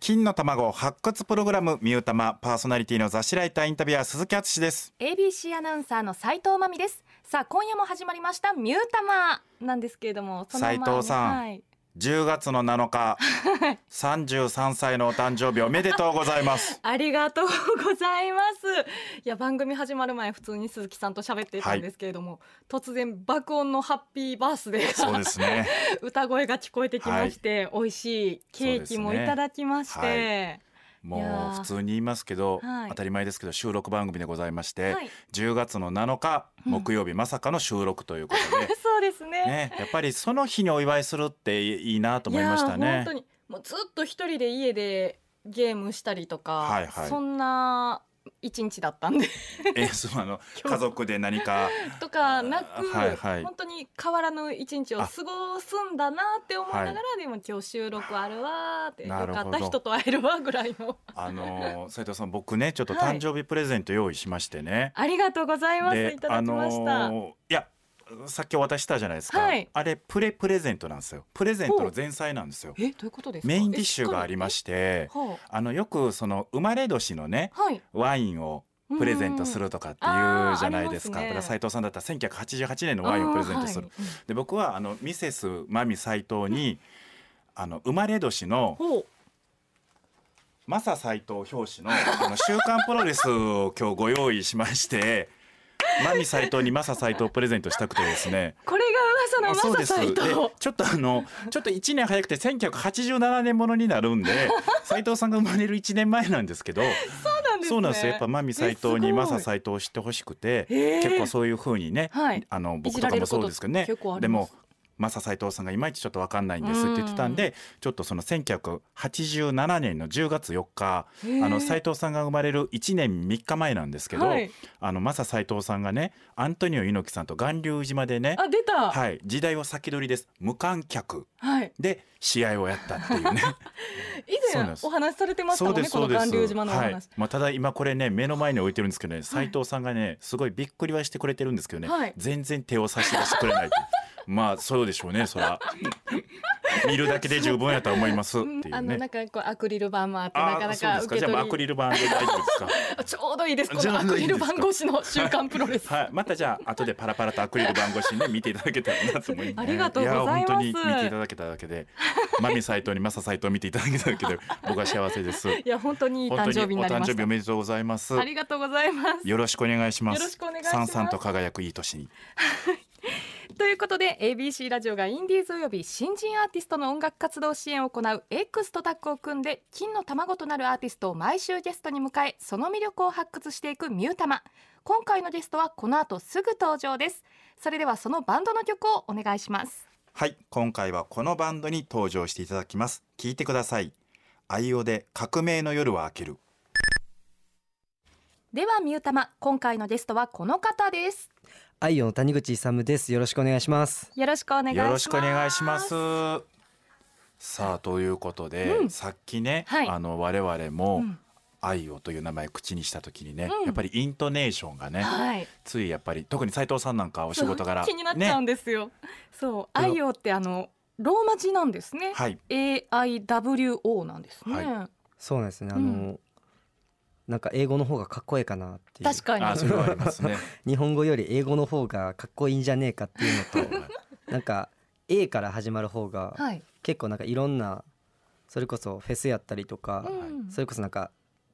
金の卵発掘プログラムミュータマパーソナリティの雑誌ライターインタビュアー鈴木敦です ABC アナウンサーの斉藤真美ですさあ今夜も始まりましたミュータマなんですけれどもその前に斉藤さんはい、 10月の7日33歳のお誕生日おめでとうございますありがとうございますいや番組始まる前普通に鈴木さんと喋っていたんですけれども、突然爆音のハッピーバースデそうでーがすね 歌声が聞こえてきまして、美味しいケーキもいただきまして、そうでもいやーう普通に言いますけど、はい当たり前ですけど収録番組でございまして、はい10月の7日木曜日、まさかの収録ということでそうです ねねやっぱりその日にお祝いするっていいなと思いましたいやー本ね当にもうずっと一人で家でゲームしたりとか、はいはいそんな一日だったんでえそうあの今日家族で何かとかなく、はいはい本当に変わらぬ一日を過ごすんだなって思いながら、でも今日収録あるわーってよなるほどかった人と会えるわぐらいのあの斉藤さん僕ねちょっとはい誕生日プレゼント用意しましてね、ありがとうございますいただきました、あのーいやさっきお渡ししたじゃないですか、はいあれプレプレゼントなんですよプレゼントの前菜なんですよえどういうことですかメインディッシュがありまししてたはあのよくその生まれ年のねあはいワインをプレゼントすうんるとかってうんうんいあーうじゃないですかあだりかまらすね斉藤さんだったら1988年のうんワインをプレゼントする、あーはいで僕はあのミセスマミ斉藤にあの生まれ年のうんほうマサ斎藤表紙のあの週刊プロレスを今日ご用意しま して、マミ斎藤にマサ斎藤をプレゼントしたくてですね。これが噂のマササイでトちょっとあのちょっと1年早くて1987年ものになるんで、 斎藤さんが生まれる1年前なんですけど、そうなんですよ。やっぱマミ斎藤にマサイ斎藤を知ってほしくて、えー結構そういう風にね、はいあの僕いじとらかれもるそこうとですけどね結構あ。りでまもすマサ斎藤さんがいまいちちょっとわかんないんですって言ってたんで、ちょっとその1987年の10月4日、あの斉藤さんが生まれる1年3日前なんですけど、はいあのマサ斎藤さんがね、アントニオ猪木さんと巌流島でね、あ出たはい、はい、時代を先取りです。無観客で試合をやったっていうね。以そうなん前ですお話しされ てましそたもうんでねすこそのうです。巌流島のおはい話、。まあただ今これね目の前に置いてるんですけどね、斉藤さんがねすごいびっくりはしてくれてるんですけどね、はい全然手を差し出してくれないっていう。 まあそうでしょうねそら。見るだけで十分やと思いますっていううんね。あのなんかこうアクリル板もあってなあかなそうでかす受けじゃあも取りうアクリル板で大丈夫ですか。あちょうどいいですこじゃのあアクリルいいで板すか越しの週刊プロレス、はい、またじゃあ後でパラパラとアクリル板越しにね見ていただけたらなと思います、ありがとうございますや本当に見ていただけただけで、マミサイトにマササイトを見ていただけただけで僕は幸せです。い、や本当にいい本誕当生日ににおなり誕ま生し日たおめでとうございます。ありがとうございますよろしくお願いします。よろしくお願いしますさんさんと輝くいい年に。ということで ABC ラジオがインディーズおよび新人アーティストの音楽活動支援を行う X とタッグを組んで金の卵となるアーティストを毎週ゲストに迎えその魅力を発掘していくミュータマ今回のゲストはこの後すぐ登場ですそれではそのバンドの曲をお願いしますはい、今回はこのバンドに登場していただきます。聞いてください。アイオで革命の夜は明ける。ではミュータマ今回のゲストはこの方ですアイオの谷口勇です。よろしくお願いします。よろしくお願いしますよろしくお願いします。さあということで、うんさっきね、はいあの我々も、うん愛をという名前を口にした時にね、うんやっぱりイントネーションがね、はいついやっぱり特に斉藤さんなんかお仕事柄 気になっちゃうんね、ですよ、そうでもアイオってあのローマ字なんですね、はい AIWO なんですね、はそうなんですね。あの、うんなんか英語の方がかっこいいかなっていう。確かにあそれはあります ね日本語より英語の方がかっこいいんじゃねえかっていう のと、はいなんか A から始まる方がはい、結構なんかいろんなそれこそフェスやったりとか、うんそれこそなんか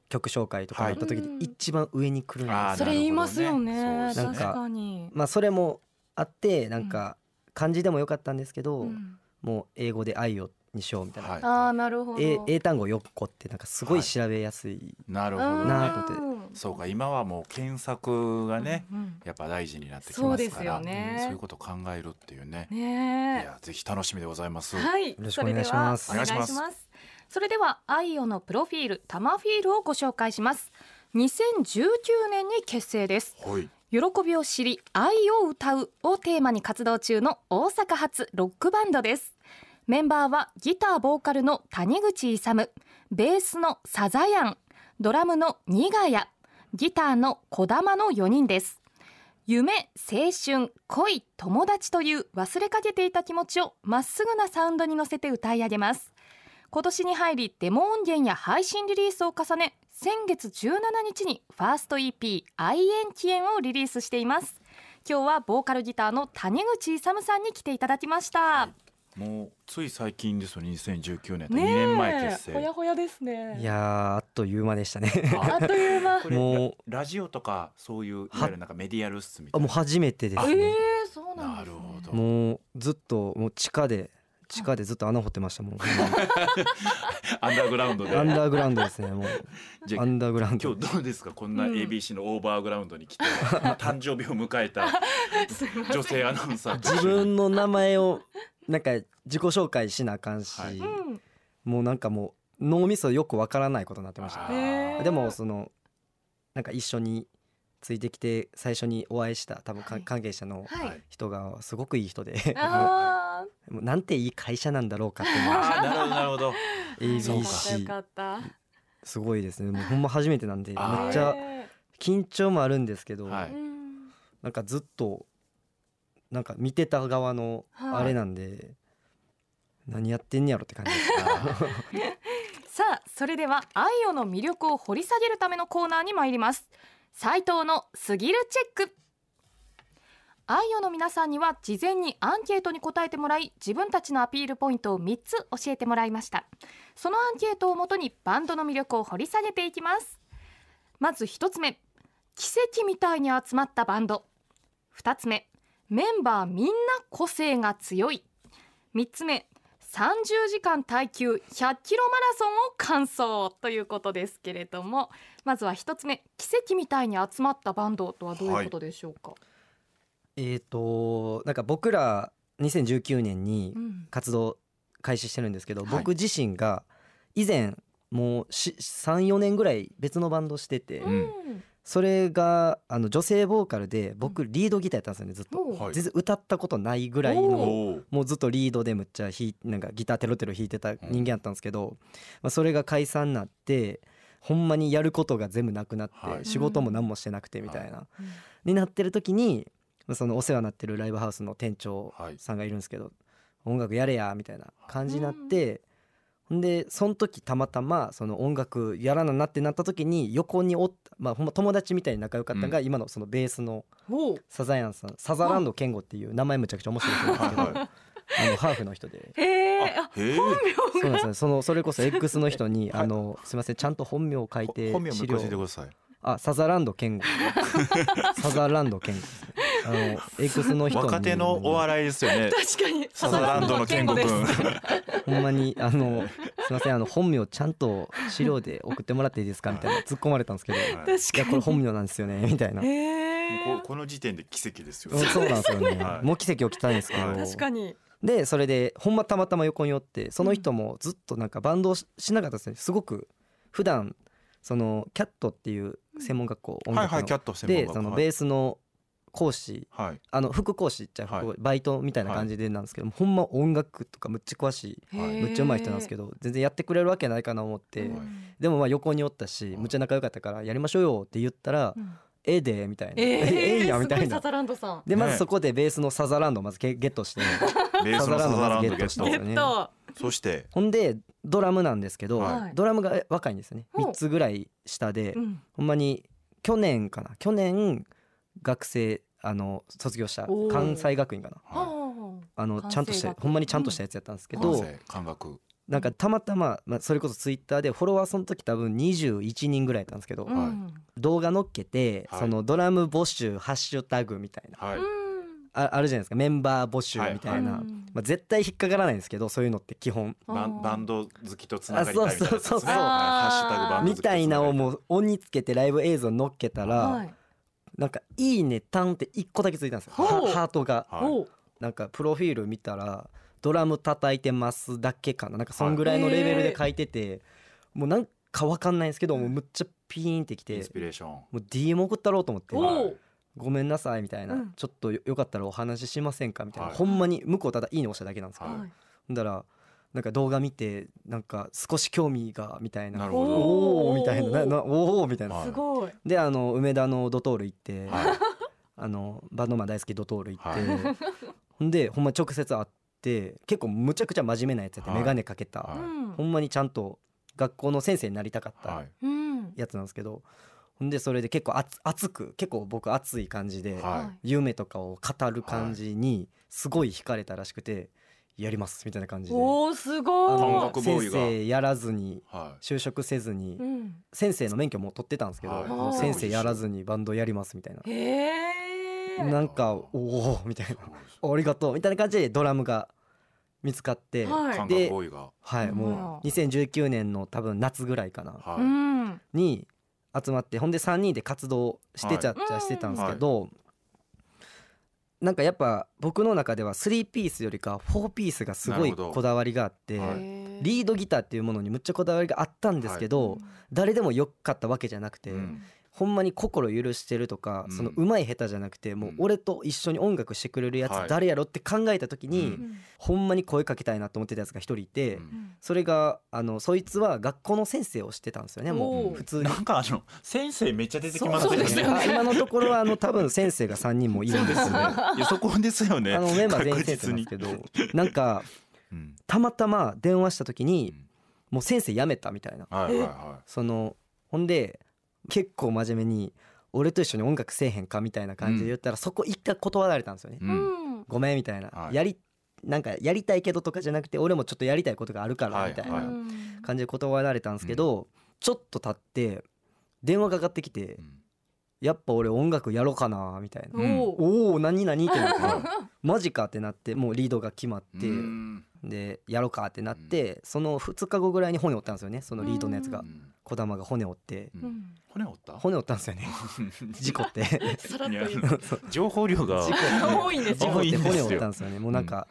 曲紹介とかはいやった時にうん一番上に来るんですよあーそれ言いますよねなるほどねそうですね確かにまあそれもあってなんか漢字でもよかったんですけど、うんもう英語で愛をにしようみたいな。はいああなるほど英英単語4個ってなんかすごい調べやすいなるほどうんねなと思そうか今はもう検索がね、うんやっぱ大事になってきそうまですすからよそう,、ねいうことを考えるっていうねいねやぜひ楽しみでございます、えはいろしくお願いしますそれでおは願いしますそれではアイオのプロフィールタマフィールをご紹介します2019年に結成ですはい喜びを知り愛を歌うをテーマに活動中の大阪発ロックバンドですメンバーはギターボーカルの谷口勇ベースのサザヤンドラムのニガヤギターの小玉の4人です夢青春恋友達という忘れかけていた気持ちをまっすぐなサウンドに乗せて歌い上げます今年に入りデモ音源や配信リリースを重ね先月17日にファースト EP「愛縁起縁」をリリースしています今日はボーカルギターの谷口勇さんに来ていただきました、もうつい最近ですよ2019年と2ねえ年前結成、ほやほやですねいやーあっという間でしたねあっという間これもうラジオとかそういういわゆるなんかメディアル室みたあいもなう初めてですえねえそうななんです、ね、るほどもうずっともう地下で地下でずっと穴掘ってましたもんアンダーグラウンドでアンダーグラウンドですねもうじゃあアンダーグラウンド 今日どうですかこんなうん ABC のオーバーグラウンドに来 て、まあ誕生日を迎えたすいません女性アナウンサーと 自分の名前をなんか自己紹介しなあかんし、はいうんもうなんかもう脳みそよくわからないことになってましたあへえでもそのなんか一緒についてきて最初にお会いした多分かはい関係者のはい、はい人がすごくいい人で あもうなんていい会社なんだろうかっていうのあはーなるほどなるほ どあよかったよ ABC かったすごいで すねもうほんま初めてなんでめっあーちゃね緊張もあるんですけど、はいうんなんかずっとなんか見てた側のはいあれなんで、何やってんねやろって 感じですさあそれではアイオの魅力を掘り下げるためのコーナーに参ります斉藤のすぎるチェックアイオの皆さんには事前にアンケートに答えてもらい自分たちのアピールポイントを3つ教えてもらいましたそのアンケートをもとにバンドの魅力を掘り下げていきますまず1つ目奇跡みたいに集まったバンド2つ目メンバーみんな個性が強い3つ目30時間耐久100キロマラソンを完走ということですけれどもまずは一つ目奇跡みたいに集まったバンドとはどういうことでしょうか、えっとなんか僕ら2019年にうん活動開始してるんですけど、はい僕自身が以前もう34年ぐらい別のバンドしてて、んそれがあの女性ボーカルで僕リードギターやったんですよねずっと、おうはい全然歌ったことないぐらいおのーもうずっとリードでむっちゃ弾いなんかギターテロテロ弾いてた人間やったんですけど、まあ、それが解散になってほんまにやることが全部なくなって、はい仕事も何もしてなくてみたいな、うんになってる時にまあそのお世話になってるライブハウスの店長はいさんがいるんですけど、音楽やれやみたいな感じになって、ほんでその時たまたまその音楽やらななってなった時に横におった、まあ、ほんま友達みたいに仲良かったのが今のそのベースのおうサザヤンさんサザランド健吾っていう名前むちゃくちゃ面白い人なんですけどはいはあのハーフの 人で。へえああへえそうなんですよそのそれこそ X の人に「はいあのすみませんちゃんと本名を書いて本名も資教料えてくださいあサザランド 健吾サザランド健吾ですねあの X の人に若手のお笑いですよ ね確かにサザランドの健吾君サザランドの健吾ですほんまにあのすいませんあの本名ちゃんと資料で送ってもらっていいですかみたいな突っ込まれたんですけど「いはいや確かこにれ本名なんですよね」みたいな、へもえうここの時点で奇跡ですようんそうなんですよね、はいもう奇跡起きたんですけど、はい確かにでそれでほんまたまたま横におってその人もずっとなんかバンドをししなかったですねすごく普段そのキャットっていう専門学校音はい楽の、はいキャット専門で学そのはいベースの講師はいあの副講師じゃはい副バイトみたいな感じでなんですけど、ほんま音楽とかむっちゃ詳しはいいむっちゃ上手い人なんですけどど全然やってくれるわけないかな思って、はいでもまあ横におったしいむっちゃ仲良かったからやりましょうよって言ったら「ええで」みたいな「ええええんや」みたすごいサな。ザランドさんでまねずそこでベースのサザランドをまずゲゲットしてベースのサザランドゲッゲそうトですッねトそしてほんでドラムなんですけど、はいドラムが若いんですよねほう3つぐらい下で、うんほんまに去年かな去年学生あの卒業したおー関西学院かなあはあの関西ちゃんとした学院ほんまにちゃんとしたやつやったんですいけ男ど性感覚なんかたまたま、まあ、それこそツイッターでフォロワーその時多分21人ぐらいやったんですけど、ーうはいん動画載っけて、はいそのドラム募集ハッシュタグみたいなはいうんああるじゃないですかメンバー募集はいみたいうな、んまあ、絶対引っかからないんですけどそういうのって基本バンバンド好きとつながりたいみたいなやつですねあそうそうそうそうはいハッシュタグバンド好みきとつがたりいなをもうオンにつけてライブ映像載っけたら、はいなんか「いいね」タンって1個だけついたんですよほうはハートが。はいおうなんかプロフィール見たらドラム叩いてますだけかななんかそんぐらいのレベルで書いてて、もうなんかわかんないんですけどもうむっちゃピーンってきイてンスピレーションもう DM 送ったろうと思っておはいーごめんなさいみたいな、うんちょっとよよかったらお話ししませんかみたいな、はいほんまに向こうただいいね押しただけなんですけど、はいはいほんだらなんか動画見てなんか少し興味がみたいななるほどおおみたいおーなななおおみたいな、はいすごいであの梅田のドトール行って、はい あのバンドマン大好きドトール行って、はほんでほんま直接会っって結構むちゃくちゃ真面目なやつやって、はい眼鏡かけた、はほんまにちゃんと学校の先生になりたかったはいうんやつなんですけどほんでそれで結構熱熱く結構僕熱い感じで、は夢とかを語る感じにすごい惹かれたらしくてやりますみたいな感じで。おおすあ感ごの覚ボーイ先が生やらずには就職せずにい。うん。先生の免許も取ってたんですけど、はいもうあー先生やらずにバンドやりますみたいな、へえ。なんかおおみたいいなありがとうみたいな感じでドラムが見つかってはい感覚でボーイがはいもう2019年の多分夏ぐらいかなはういん。に集まってほんで3人で活動してちゃっちはゃいしてたんですけどなんかやっぱ僕の中では3ピースよりか4ピースがすごなるいほどこだわりがあってはいリードギターっていうものにむっちゃこだわりがあったんですけど誰でもよかったわけじゃなくてうんほんまに心許してるとか、うんその上手い下手じゃなくてもううん俺と一緒に音楽してくれるやはつい誰やろって考えた時に、うんほんまに声かけたいなと思ってたやつが一人いて、うんそれがあのそいつは学校の先生をしてたんですよねもおうー普通にな。んかあの先生めっちゃ出てきますそうよですよね。ねあ今のところはあの多分先生が3人もいるんですよね。いやそこですよね。あのメンバー全員確先実生なんでにすけどなんかうんたまたま電話した時にうんもう先生辞めたみたいなはいはいはそのほんで結構真面目に「俺と一緒に音楽せえへんか」みたいな感じで言ったら、そこ一回断られたんですよね。い。ううんん。ごめんみたいな、はいやりなんかやりたいけどとかじゃなくて俺もちょっとやりたいことがあるからはいみたいはない感じで断られたんですけど、ちょっと経って電話かかってきてうんやっぱ俺音楽やろうかなみたいなう。んおお。おお何何ってなって はいマジかってなってもうリードが決まってうんでやろうかってなってその2日後ぐらいに骨折ったんですよねそのリードのやつうがん児玉が骨折ってうんうん骨折った？骨折ったんですよね 事故ってさらっいとや言 う。情報量が事 故多いんです事よ。故多っいんてですよ骨折ったんですよねもうなんか、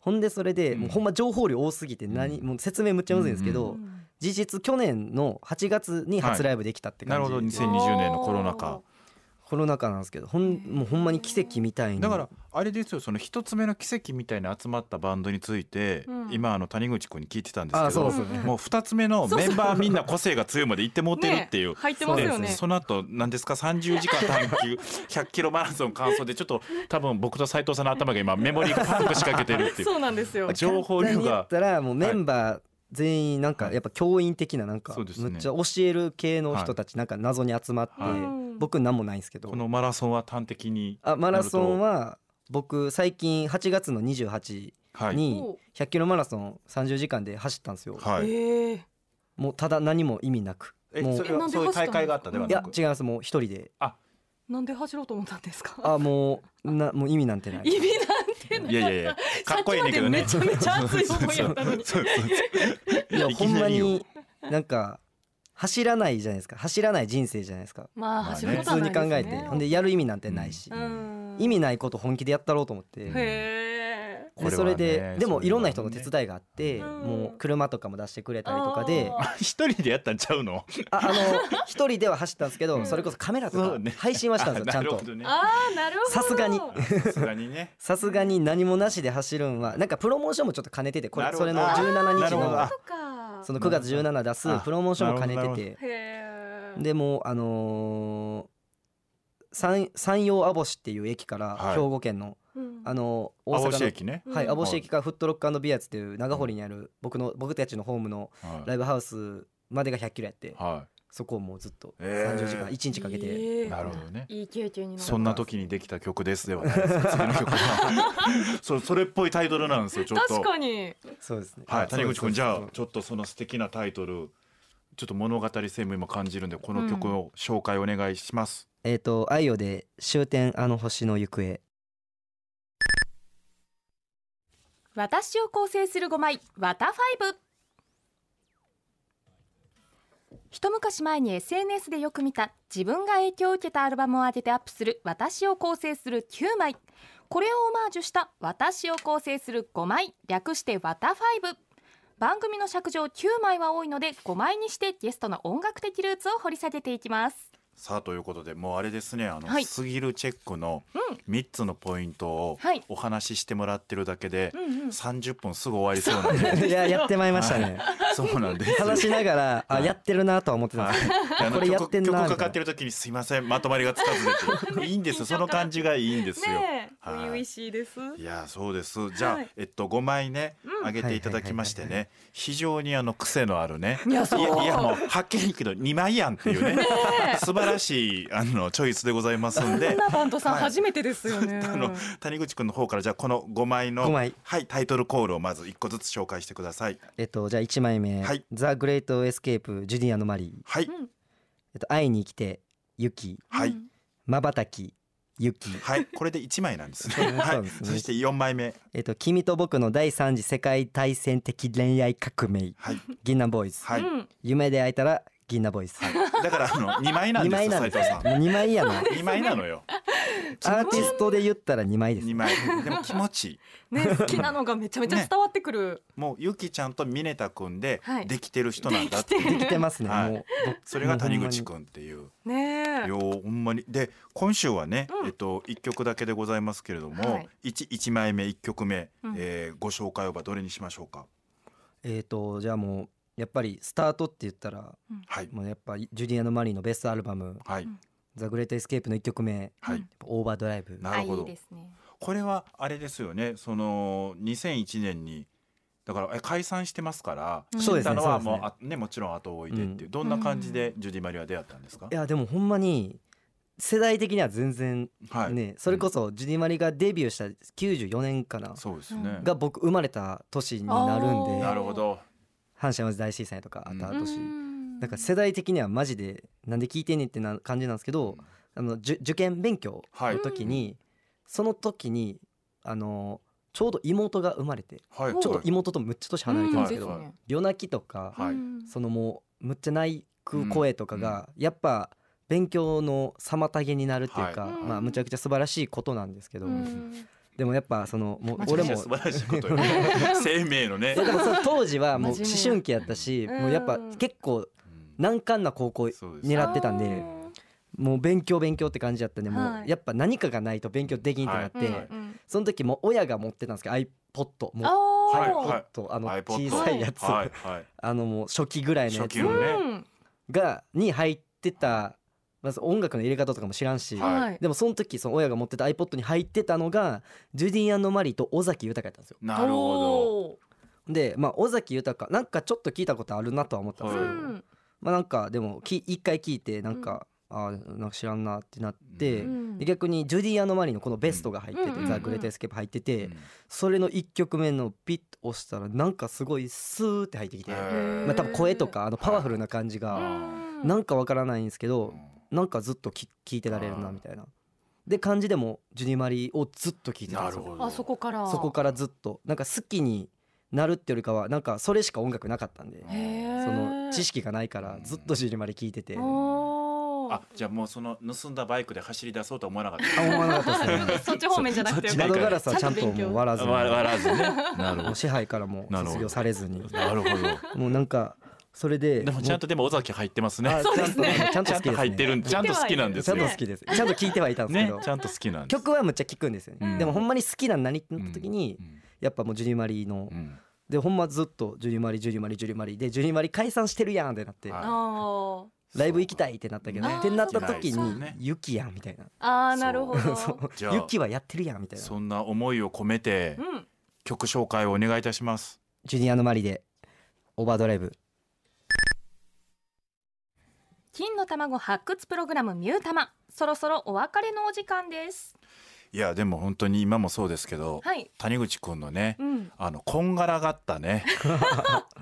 ほんでそれで、うんもうほんま情報量多すぎて何、うんもう説明むっちゃむずいんですけど、うん事実去年の8月に初ライブできたってな感るじ、ほど2020年のコロナ禍。コロナ禍なんですけどほんもうほんまに奇跡みたいにだからあれですよその一つ目の奇跡みたいな集まったバンドについて、うん今あの谷口君に聞いてたんですあけーそうどですよね、もう二つ目のメンバーみんな個性が強いまで行ってもうてるっていう。ね入ってますよでね。その後何ですか30時間探求 100キロマラソン完走でちょっと多分僕と斉藤さんの頭が今メモリーがパンク仕掛けてるっていうそうなんですよ。情報量簡単に言がっ。たらもうメンバー全員なんかやっぱ教員的ななんかそうですねむっちゃ教える系の人たちなんか謎に集まってはい僕なんもないんですけどこのマラソンは端的に、あマラソンは僕最近8月の28はいに100キロマラソン30時間で走ったんですよはい、ええ。もうただ何も意味なくえもうそれはえそういう大会があったではいなやく違いますもう一人でなんで走ろうと思ったんですか。あもうなもう意味なんてない 意味なんてないいやいやいやかっこいいねんけどねさっきまでめちゃめちゃ熱い思いやったのにそうそうそういやいほきんなまりよになんか走らないじゃないですか走らない人生じゃないですかまあまあね走る普ことは通ないに考ですねえてほんでやる意味なんてないしうん意味ないないこと本気でやったろうと思ってへえこでれそはねれででもいろんな人の手伝いがあってうんもう車とかも出してくれたりとかでああ一人でやったんちゃうのあの一人では走ったんですけうどんそれこそカメラとそうかね配 信はしたんですよちゃんなるとほどねあーなるほどさすがにさすがにねさすがに何もなしで走るんはなんかプロモーションもちょっと兼ねててこなれるほそどれの17な日るほどのあそうかその9月17出すあプロモーションも兼ねてへえてでもうあのー山山陽網干っていう駅かはらい兵庫県のうんあの大青阪石の駅ね、はい、うん網干駅からフットロックビアーズっていう長堀にある僕の僕たちのホームのはライブハウスまでが100キロやっていはそこをもうずっとえー30時間1日かけてえい、えなるほどねいい経験になるそんな時にできた曲ですではないです次の曲 はそうそれっぽいタイトルなんですよちょっと確かにそうですねはい谷口君じゃあそうですちょっとその素敵なタイトルちょっと物語性も今感じるんでこの曲を紹介お願いします、えっ、と「愛よ」で「終点あの星の 行方私を構成する5枚ワタファイブ一昔前に SNS でよく見た自分が影響を受けたアルバムを上げてアップする私を構成する9枚これをオマージュした私を構成する5枚略してワタファイブ番組の尺上9枚は多いので5枚にしてゲストの音楽的ルーツを掘り下げていきますさあということでもうあれですねあの、はいスギルチェックのうん3つのポイントをはいお話ししてもらってるだけで、うんうん30分すぐ終わりそうなんでいややってまいりましたね。そうなんです話しながらあやってるなとは思ってたんはですけどい、あのこれやってん曲なみたいな曲かかってる時にすいませんまとまりがつかずでいいんですよその感じがいいんですよ、ねえ、はい初々しいです。いやそうですじゃあ、はいえっと5枚ねうんあげていただきましてはいはね非常にあの癖のあるねいやそうやいやもうはっきり言うけど2枚やんっていうね素晴らしいあのチョイスでございますんこでんなバンドさんはい初めてですよね。あの谷口くんの方からじゃあこの5枚の5枚はい、タイトルコールをまず1個ずつ紹介してください。えっとじゃあ1枚目はい「ザ・グレート・エスケープ・ジュディアのマリーはい、うん」えっと「会いに来て雪」はい、うん「まばたき」「雪」はい、これで1枚なんですね。そうはなんい、ですねそして4枚目えっと「君と僕の第三次世界大戦的恋愛革命はい」 「銀杏ボーイズ」はい、うん夢で会えたら銀杏ボーイズ」だからあの2枚なん2です枚よな斉んです藤さよん。 2枚 やな2枚なのよ。アーティストで言ったら2枚です2枚でも気持ちいい。ね、 好きなのがめちゃめちゃ伝わってくる。もうゆきちゃんとミネタくんではいできてる人なんだって、できてできてますねはいもうそれが谷口くんっていう。ねえ。ようほんまにで今週はね、うんえっと一曲だけでございますけれどはもい、一、一枚目一曲目、うんえーご紹介をばどれにしましょうか。えっとじゃあもうやっぱりスタートって言ったらはいもうやっぱジュディアのマリーのベストアルバムはい、うん「ザ・グレート・エスケープ」の1曲目はういん。 「オーバードライブ」なるほあいどい。ですね。これはあれですよね。その2001年にだからえ解散してますから。うんそうですたねのそはうですもうねあねもちろん後追いでっていう、どんな感じでジュディマリは出会ったんですかい。やでもほんまに世代的には全然はい。ねそれこそジュディマリがデビューした94年かなそうですね。が僕生まれた年になるんあーでなるほど。阪神・淡路大震災とかあったうん年うんなんか世代的にはマジでなんで聞いてんねんってな感じなんですけどあのじゅ受験勉強はいの時に、その時にあのちょうど妹が生まれてはい。ちちょっはとい妹とむっちゃ年離れてるんですけど、うんはい夜泣きとか、はいうんそのもうむっちゃ泣く声とかが、やっぱ勉強の妨げになるっていうか、はいまあ、むちゃくちゃ素晴らしいことなんですけど、うんでもやっぱそのもうまあ俺めもちゃくちゃ素晴らしいこと よね生命のねで。もその当時はもう真面目思な春期やったし、もうやっぱうん結構うん難関な高校そうです狙ってたんでもう勉強勉強って感じだったんでもはういやっぱ何かがないと勉強できんってなって、はいはいうんその時もう親が持ってたんですけど iPod あもうーはい iPod あの iPod 小さいやつ、はいはい。あのもう初期ぐらいのや初期つのねうんがに入ってたまず音楽の入れ方とかも知らんし、はいでもその時その親が持ってた iPod に入ってたのがジュディアンドマリーと尾崎豊やったんですよ。なるほおーでまあ尾崎豊なんかちょっと聞いたことあるなとは思ってたんですうけはいど、んまあなんかでもき一回聞いてなんか、あーなんか知らんなってなって。ううんで逆にジュディ・アンド・マリーのこのベストが入っててうん「ザ・グレート・エスケープ」入ってど。てうんそれの1曲目のピッと押したらなんかすごいスーって入ってきてへまーあ多分声とかあのパワフルな感じうがんなんかわからないんですけうどんなんかずっとき聞いてられるなみたいなで感じでもジュディ・マリーをずっと聞いてたんなでするほよど。あそこからそこからずっとなんか好きになるってよりかはなんかそれしか音楽なかったんでらへーその知識がないからずっとジュディ・マリー聞いててあおーあじゃあもうその盗んだバイクで走り出そうとは思わなかっ思わなかったですねそっち方面じゃなくてそっち窓ガラスはちゃんと勉強もう割らた。ずわに笑わずね。 なるもう支配からもなるほど卒業されずにど。なるほど。もうなんかそれででもちゃんとでも尾崎入ってますもうあね。そうですねちゃんとちゃんとちゃんと好入ってきでるんちゃんと好きなんですすねちゃんとよ。好きですちゃんと聞いてはいたんですけねど、ちゃんと好きなんです。曲はむっちゃ聞くんですよね、うんでもほんまに好きなんなにってなった時に、うんやっぱもうジュリマリーの、うんでほんまずっとジュリマリジュリマリジュリマリでジュリマリ解散してるやんってなって、はいあライブ行きたいってなったけど、ねってなった時行きにたいですねユキやんみたいな、ーあーなるほ どそうじゃあユキはやってるやんみたいなそんな思いを込めてうん曲紹介をお願いいたします。ジュニアのマリでオーバードライブ金の卵発掘プログラムミュータマそろそろお別れのお時間ですいやでも本当に今もそうですけど、はい谷口くんのね、うんあのこんがらがった ね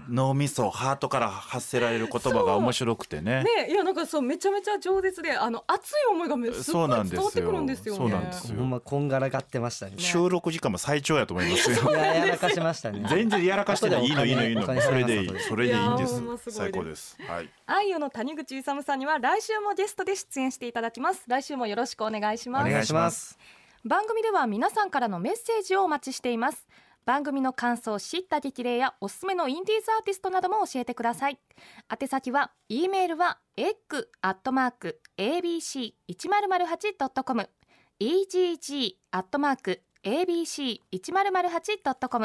脳みそハートから発せられる言葉が面白くてねね。いやなんかそうめちゃめちゃ饒舌であの熱い思いがめすそごういなんです伝よわってくるんですよねそうなんですよほんまこんがらがってましたね収録時間も最長やと思いますよ。いややらかしました ね全然やらかしてないいい後のでいいのいいおの金そ払れいでますいいそれでいいんでいすやほんますごいです最高ですはい愛用の谷口勇さんには来週もゲストで出演していただきます来週もよろしくお願いしおます願いします番組では皆さんからのメッセージをお待ちしています番組の感想知った激励やおすすめのインディーズアーティストなども教えてください宛先は e メールは egg.abc1008.com egg.abc1008.com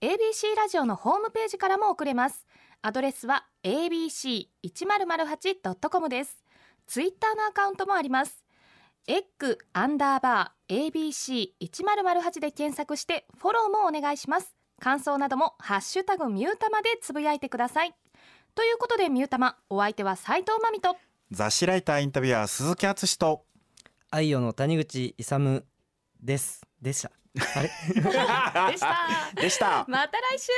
ABC ラジオのホームページからも送れますアドレスは abc1008.com ですツイッターのアカウントもありますエッグアンダーバー ABC1008 で検索してフォローもお願いします感想などもハッシュタグミュータマでつぶやいてくださいということでミュータマお相手は斉藤真美と雑誌ライターインタビュアー鈴木敦と愛用の谷口勇ですでしたあれ でしたでした また来週